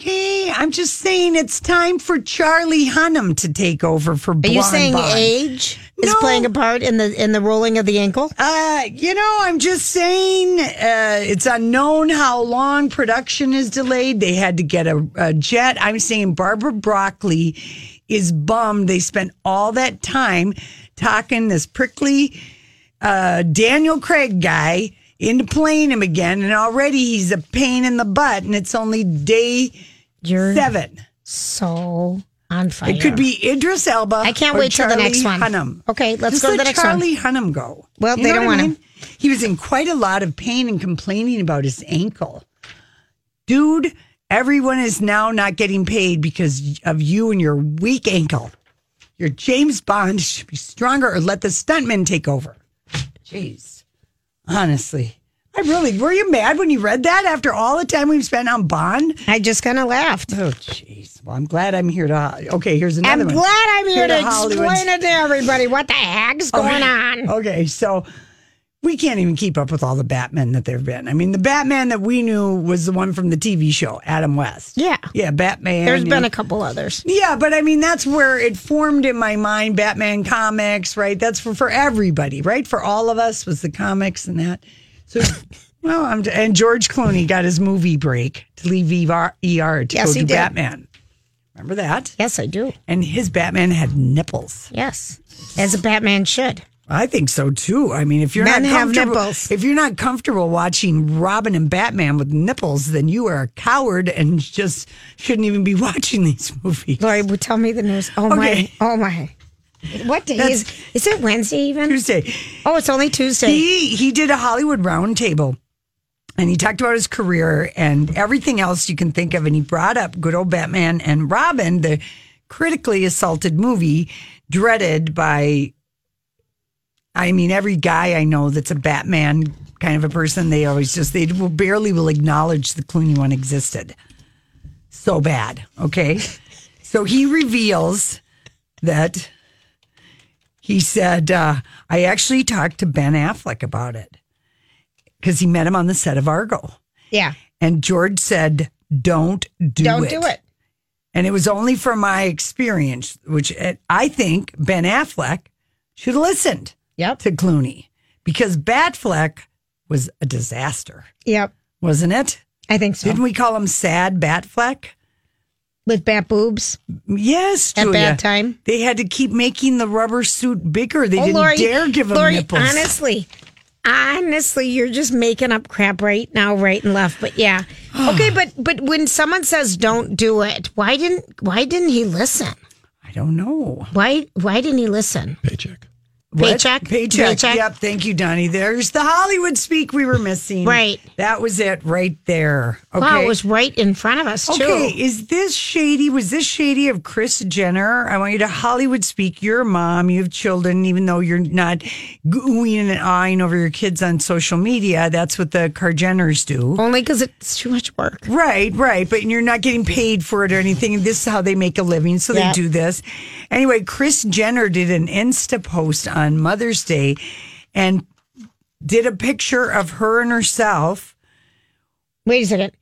Speaker 3: Okay, I'm just saying it's time for Charlie Hunnam to take over for
Speaker 2: Are
Speaker 3: Blonde
Speaker 2: you saying
Speaker 3: Bond.
Speaker 2: age is
Speaker 3: No.
Speaker 2: playing a part in the in the rolling of the ankle?
Speaker 3: Uh, you know, I'm just saying uh, it's unknown how long production is delayed. They had to get a, a jet. I'm saying Barbara Broccoli is bummed. They spent all that time talking this prickly uh, Daniel Craig guy into playing him again, and already he's a pain in the butt, and it's only day
Speaker 2: You're
Speaker 3: seven.
Speaker 2: so on fire.
Speaker 3: It could be Idris Elba.
Speaker 2: I can't
Speaker 3: or
Speaker 2: wait till the
Speaker 3: Charlie
Speaker 2: next one.
Speaker 3: Hunnam.
Speaker 2: Okay, let's
Speaker 3: Just
Speaker 2: go to
Speaker 3: let
Speaker 2: the next
Speaker 3: Charlie Hunnam go.
Speaker 2: Well, they
Speaker 3: know what I
Speaker 2: don't want him.
Speaker 3: mean? He was in quite a lot of pain and complaining about his ankle. Dude, everyone is now not getting paid because of you and your weak ankle. Your James Bond should be stronger or let the stuntman take over. Jeez. Honestly. I really were you mad when you read that after all the time we've spent on Bond?
Speaker 2: I just kind of laughed.
Speaker 3: Oh, jeez. Well, I'm glad I'm here to. Okay, here's another
Speaker 2: I'm
Speaker 3: one.
Speaker 2: glad I'm here to
Speaker 3: Hollywood's- Oh,
Speaker 2: explain it to everybody. What the heck's going on?
Speaker 3: Okay, so we can't even keep up with all the Batman that there have been. I mean, the Batman that we knew was the one from the TV show, Adam West.
Speaker 2: Yeah.
Speaker 3: Yeah, Batman.
Speaker 2: There's been
Speaker 3: and-
Speaker 2: a couple others.
Speaker 3: Yeah, but I mean, that's where it formed in my mind Batman comics, right? That's for, for everybody, right? For all of us was the comics and that. So, well, I'm, and George Clooney got his movie break to leave ER, ER to
Speaker 2: Yes,
Speaker 3: go
Speaker 2: he
Speaker 3: do
Speaker 2: did.
Speaker 3: Batman. Remember that?
Speaker 2: Yes, I do.
Speaker 3: And his Batman had nipples.
Speaker 2: Yes, as a Batman should.
Speaker 3: I think so too. I mean, if you're
Speaker 2: Men
Speaker 3: not
Speaker 2: have
Speaker 3: comfortable,
Speaker 2: nipples.
Speaker 3: if you're not comfortable watching Robin and Batman with nipples, then you are a coward and just shouldn't even be watching these movies.
Speaker 2: Lori, would tell me the news. Oh my!
Speaker 3: Okay.
Speaker 2: Oh my! What day
Speaker 3: That's-
Speaker 2: is? Is it Wednesday even?
Speaker 3: Tuesday.
Speaker 2: Oh, it's only Tuesday.
Speaker 3: He he did a Hollywood roundtable, and he talked about his career and everything else you can think of, and he brought up good old Batman and Robin, the critically assaulted movie, dreaded by. I mean, every guy I know that's a Batman kind of a person, they always just they will barely will acknowledge the Clooney one existed. So bad, okay. so he reveals that he said, uh, I actually talked to Ben Affleck about it because he met him on the set of Argo.
Speaker 2: yeah.
Speaker 3: And George said, Don't do
Speaker 2: Don't
Speaker 3: it.
Speaker 2: do it.
Speaker 3: And it was only from my experience, which uh, I think Ben Affleck should have listened
Speaker 2: Yep.
Speaker 3: to Clooney because Batfleck was a disaster,
Speaker 2: Yep.
Speaker 3: wasn't it?
Speaker 2: I think so.
Speaker 3: Didn't we call him Sad Batfleck?
Speaker 2: With bat boobs.
Speaker 3: Yes,
Speaker 2: At
Speaker 3: Julia.
Speaker 2: bad time?
Speaker 3: They had to keep making the rubber suit bigger. They
Speaker 2: oh,
Speaker 3: didn't
Speaker 2: Lori,
Speaker 3: dare give him
Speaker 2: Lori,
Speaker 3: nipples.
Speaker 2: honestly, honestly, you're just making up crap right now, right and left. But yeah, okay. But but when someone says don't do it, why didn't why didn't he listen?
Speaker 3: I don't know.
Speaker 2: Why why didn't he listen?
Speaker 1: Paycheck.
Speaker 3: What?
Speaker 2: Paycheck?
Speaker 3: Paycheck.
Speaker 2: Paycheck?
Speaker 3: Yep. Thank you, Donnie. There's the Hollywood speak we were missing.
Speaker 2: Right.
Speaker 3: That was it right there. Okay.
Speaker 2: Wow, it was right in front of us too.
Speaker 3: okay. Is this shady? Was this shady of Chris Jenner? I want you to Hollywood speak. You're a mom. You have children, even though you're not gooing and eyeing over your kids on social media. That's what the Car Jenners do.
Speaker 2: Only because it's too much work.
Speaker 3: Right, right. But you're not getting paid for it or anything. This is how they make a living. So
Speaker 2: Yep.
Speaker 3: they do this. Anyway, Chris Jenner did an Insta post on Mother's Day and did a picture of her and herself,
Speaker 2: Wait a second.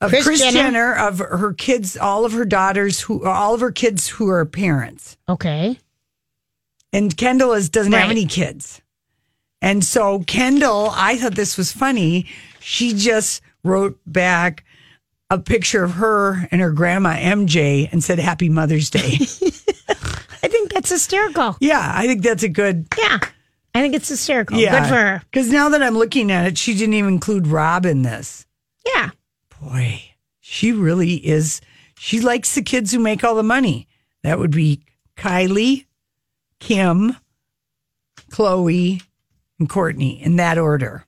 Speaker 3: of Chris, Jenner? of her kids, all of her daughters who all of her kids who are parents.
Speaker 2: Okay.
Speaker 3: And Kendall is, doesn't have
Speaker 2: Right.
Speaker 3: any kids. And so Kendall, I thought this was funny. She just wrote back a picture of her and her grandma MJ and said Happy Mother's Day.
Speaker 2: I think that's hysterical.
Speaker 3: yeah, I think that's a good
Speaker 2: Yeah. I think it's hysterical.
Speaker 3: yeah.
Speaker 2: Good for her.
Speaker 3: Cuz now that I'm looking at it, she didn't even include Rob in this.
Speaker 2: Yeah.
Speaker 3: Boy, she really is she likes the kids who make all the money. That would be Kylie, Kim, Chloe, and Courtney in that order.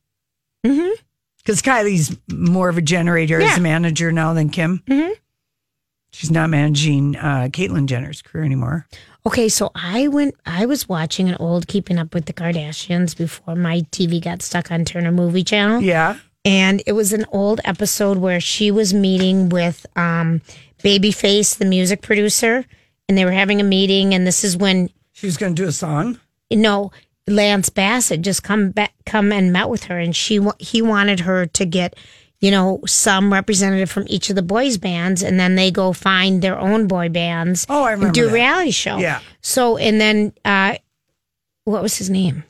Speaker 2: Mm-hmm.
Speaker 3: Because Kylie's more of a generator as
Speaker 2: Yeah.
Speaker 3: a manager now than Kim.
Speaker 2: Mhm.
Speaker 3: She's not managing uh, Caitlyn Jenner's career anymore.
Speaker 2: Okay, so I went. I was watching an old Keeping Up with the Kardashians before my TV got stuck on Turner Movie Channel,
Speaker 3: Yeah.
Speaker 2: and it was an old episode where she was meeting with um, Babyface, the music producer, and they were having a meeting. And this is when
Speaker 3: She was going to do a song.
Speaker 2: you know Lance Bassett just come back, come and met with her, and she wa- he wanted her to get you know some representative from each of the boys bands, and then they go find their own boy bands.
Speaker 3: Oh, I
Speaker 2: and
Speaker 3: remember.
Speaker 2: do a
Speaker 3: that.
Speaker 2: reality show.
Speaker 3: Yeah.
Speaker 2: So and then uh what was his name?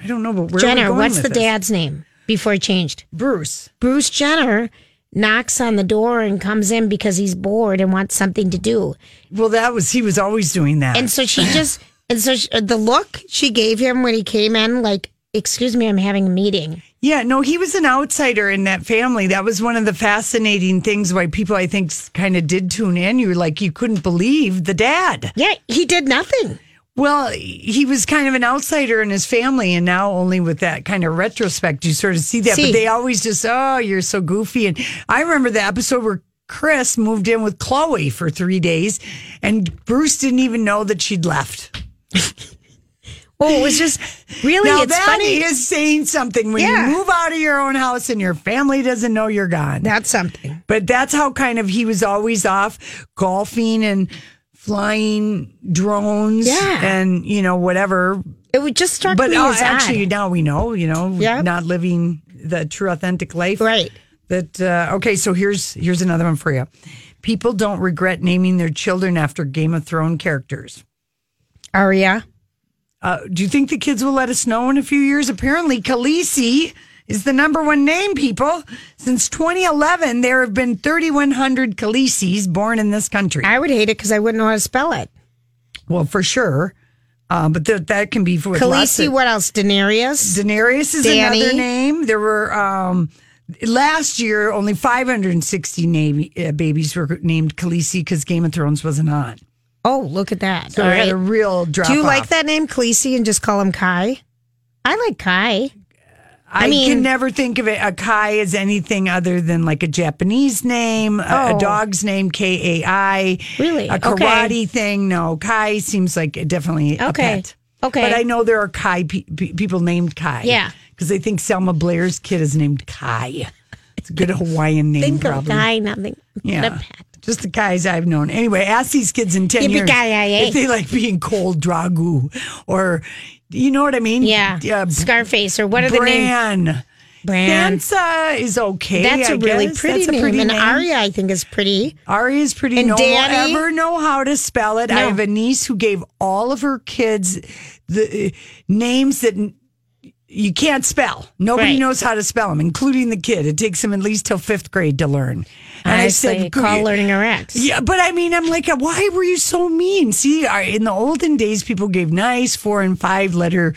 Speaker 3: I don't know, but where are we
Speaker 2: Jenner.
Speaker 3: going
Speaker 2: What's
Speaker 3: with
Speaker 2: the
Speaker 3: this?
Speaker 2: dad's name before he changed?
Speaker 3: Bruce.
Speaker 2: Bruce Jenner knocks on the door and comes in because he's bored and wants something to do.
Speaker 3: Well, that was he was always doing that.
Speaker 2: And so she just and so she, the look she gave him when he came in like excuse me I'm having a meeting.
Speaker 3: yeah, no, he was an outsider in that family. That was one of the fascinating things why people I think kind of did tune in. You were like you couldn't believe the dad.
Speaker 2: Yeah, he did nothing.
Speaker 3: Well, he was kind of an outsider in his family, and now only with that kind of retrospect, you sort of see that.
Speaker 2: See.
Speaker 3: But they always just, oh, you're so goofy. And I remember the episode where Chris moved in with Chloe for three days, and Bruce didn't even know that she'd left.
Speaker 2: Oh, it was just really
Speaker 3: now
Speaker 2: it's
Speaker 3: that
Speaker 2: funny.
Speaker 3: is saying something when
Speaker 2: Yeah.
Speaker 3: you move out of your own house and your family doesn't know you're gone.
Speaker 2: That's something.
Speaker 3: But that's how kind of he was always off golfing and flying drones
Speaker 2: Yeah.
Speaker 3: and, you know, whatever
Speaker 2: It would just struck
Speaker 3: But
Speaker 2: me
Speaker 3: uh,
Speaker 2: as
Speaker 3: actually,
Speaker 2: odd.
Speaker 3: now we know, you know, not living the true authentic life.
Speaker 2: Right.
Speaker 3: That uh, okay, so here's here's another one for you. People don't regret naming their children after Game of Thrones characters.
Speaker 2: Arya.
Speaker 3: Uh, do you think the kids will let us know in a few years? Apparently, Khaleesi is the number one name, people. Since 2011, there have been 3,100 Khaleesi's born in this country.
Speaker 2: I would hate it because I wouldn't know how to spell it.
Speaker 3: Well, for sure. Uh, but th- that can be for lots
Speaker 2: Khaleesi,
Speaker 3: of-
Speaker 2: what else? Daenerys?
Speaker 3: Daenerys is
Speaker 2: Danny.
Speaker 3: another name. There were um, last year only 560 name, uh, babies were named Khaleesi because Game of Thrones wasn't on.
Speaker 2: Oh, look at that!
Speaker 3: So
Speaker 2: All
Speaker 3: we had a
Speaker 2: right.
Speaker 3: real drop.
Speaker 2: Do you like
Speaker 3: off.
Speaker 2: that name, Khaleesi, and just call him Kai? I like Kai.
Speaker 3: I,
Speaker 2: I mean-
Speaker 3: can never think of it. A Kai as anything other than like a Japanese name, a,
Speaker 2: Oh.
Speaker 3: a dog's name, K A I.
Speaker 2: Really?
Speaker 3: A
Speaker 2: Okay.
Speaker 3: karate thing. No, Kai seems like definitely a
Speaker 2: Okay.
Speaker 3: pet.
Speaker 2: Okay.
Speaker 3: But I know there are Kai pe- pe- people named Kai.
Speaker 2: Yeah.
Speaker 3: Because they think Selma Blair's kid is named Kai. It's a good Hawaiian name,
Speaker 2: Think of
Speaker 3: probably.
Speaker 2: Kai, nothing.
Speaker 3: Yeah. Just the guys I've known. Anyway, ask these kids in 10 years
Speaker 2: Yippee-ki-yay.
Speaker 3: if they like being called Dragu or, you know what I mean?
Speaker 2: Yeah.
Speaker 3: Uh,
Speaker 2: Scarface or what are the names?
Speaker 3: Bran.
Speaker 2: Bran.
Speaker 3: Sansa is okay.
Speaker 2: That's
Speaker 3: a
Speaker 2: a really pretty
Speaker 3: That's a
Speaker 2: name.
Speaker 3: pretty
Speaker 2: and
Speaker 3: name. eh?
Speaker 2: Arya, I think, is pretty.
Speaker 3: Ari is pretty.
Speaker 2: And
Speaker 3: no one will
Speaker 2: Danny?
Speaker 3: ever know how to spell it. I
Speaker 2: No.
Speaker 3: have a niece who gave all of her kids the uh, names that n- you can't spell. Nobody
Speaker 2: Right.
Speaker 3: knows how to spell them, including the kid. It takes them at least till fifth grade to learn. And
Speaker 2: Honestly,
Speaker 3: "Could
Speaker 2: call
Speaker 3: you-"
Speaker 2: learning a Rex.
Speaker 3: Yeah, but I mean, I'm like, why were you so mean? See, I- in the olden days, people gave nice four and five letter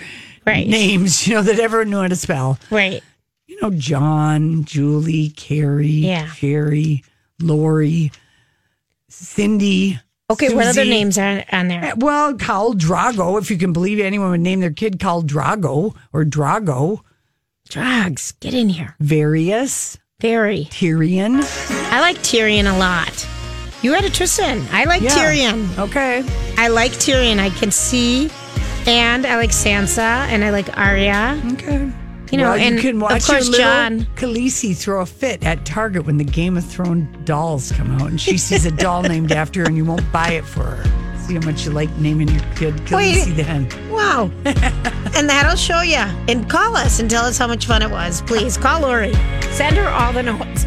Speaker 2: Right.
Speaker 3: names, you know, that everyone knew how to spell.
Speaker 2: Right.
Speaker 3: You know, John, Julie, Carrie,
Speaker 2: Yeah.
Speaker 3: Sherry, Lori, Cindy.
Speaker 2: Okay, what other
Speaker 3: Susie.
Speaker 2: names are on there?
Speaker 3: Well, Khal Drago, if you can believe anyone would name their kid Khal Drago or Drago.
Speaker 2: Drugs. Get in here.
Speaker 3: Various.
Speaker 2: Very.
Speaker 3: Tyrion.
Speaker 2: I like Tyrion a lot. You had a Tristan. I like
Speaker 3: Yeah.
Speaker 2: Tyrion.
Speaker 3: Okay.
Speaker 2: I like Tyrion. I can see. And I like Sansa and I like Arya.
Speaker 3: Okay.
Speaker 2: You know,
Speaker 3: Well,
Speaker 2: and
Speaker 3: you can watch
Speaker 2: of course,
Speaker 3: your little
Speaker 2: John.
Speaker 3: Khaleesi throw a fit at Target when the Game of Thrones dolls come out, and she sees a doll named after her, and you won't buy it for her. See how much you like naming your kid Khaleesi then.
Speaker 2: Wow. and that'll show you. And call us and tell us how much fun it was. Please call Lori. Send her all the notes.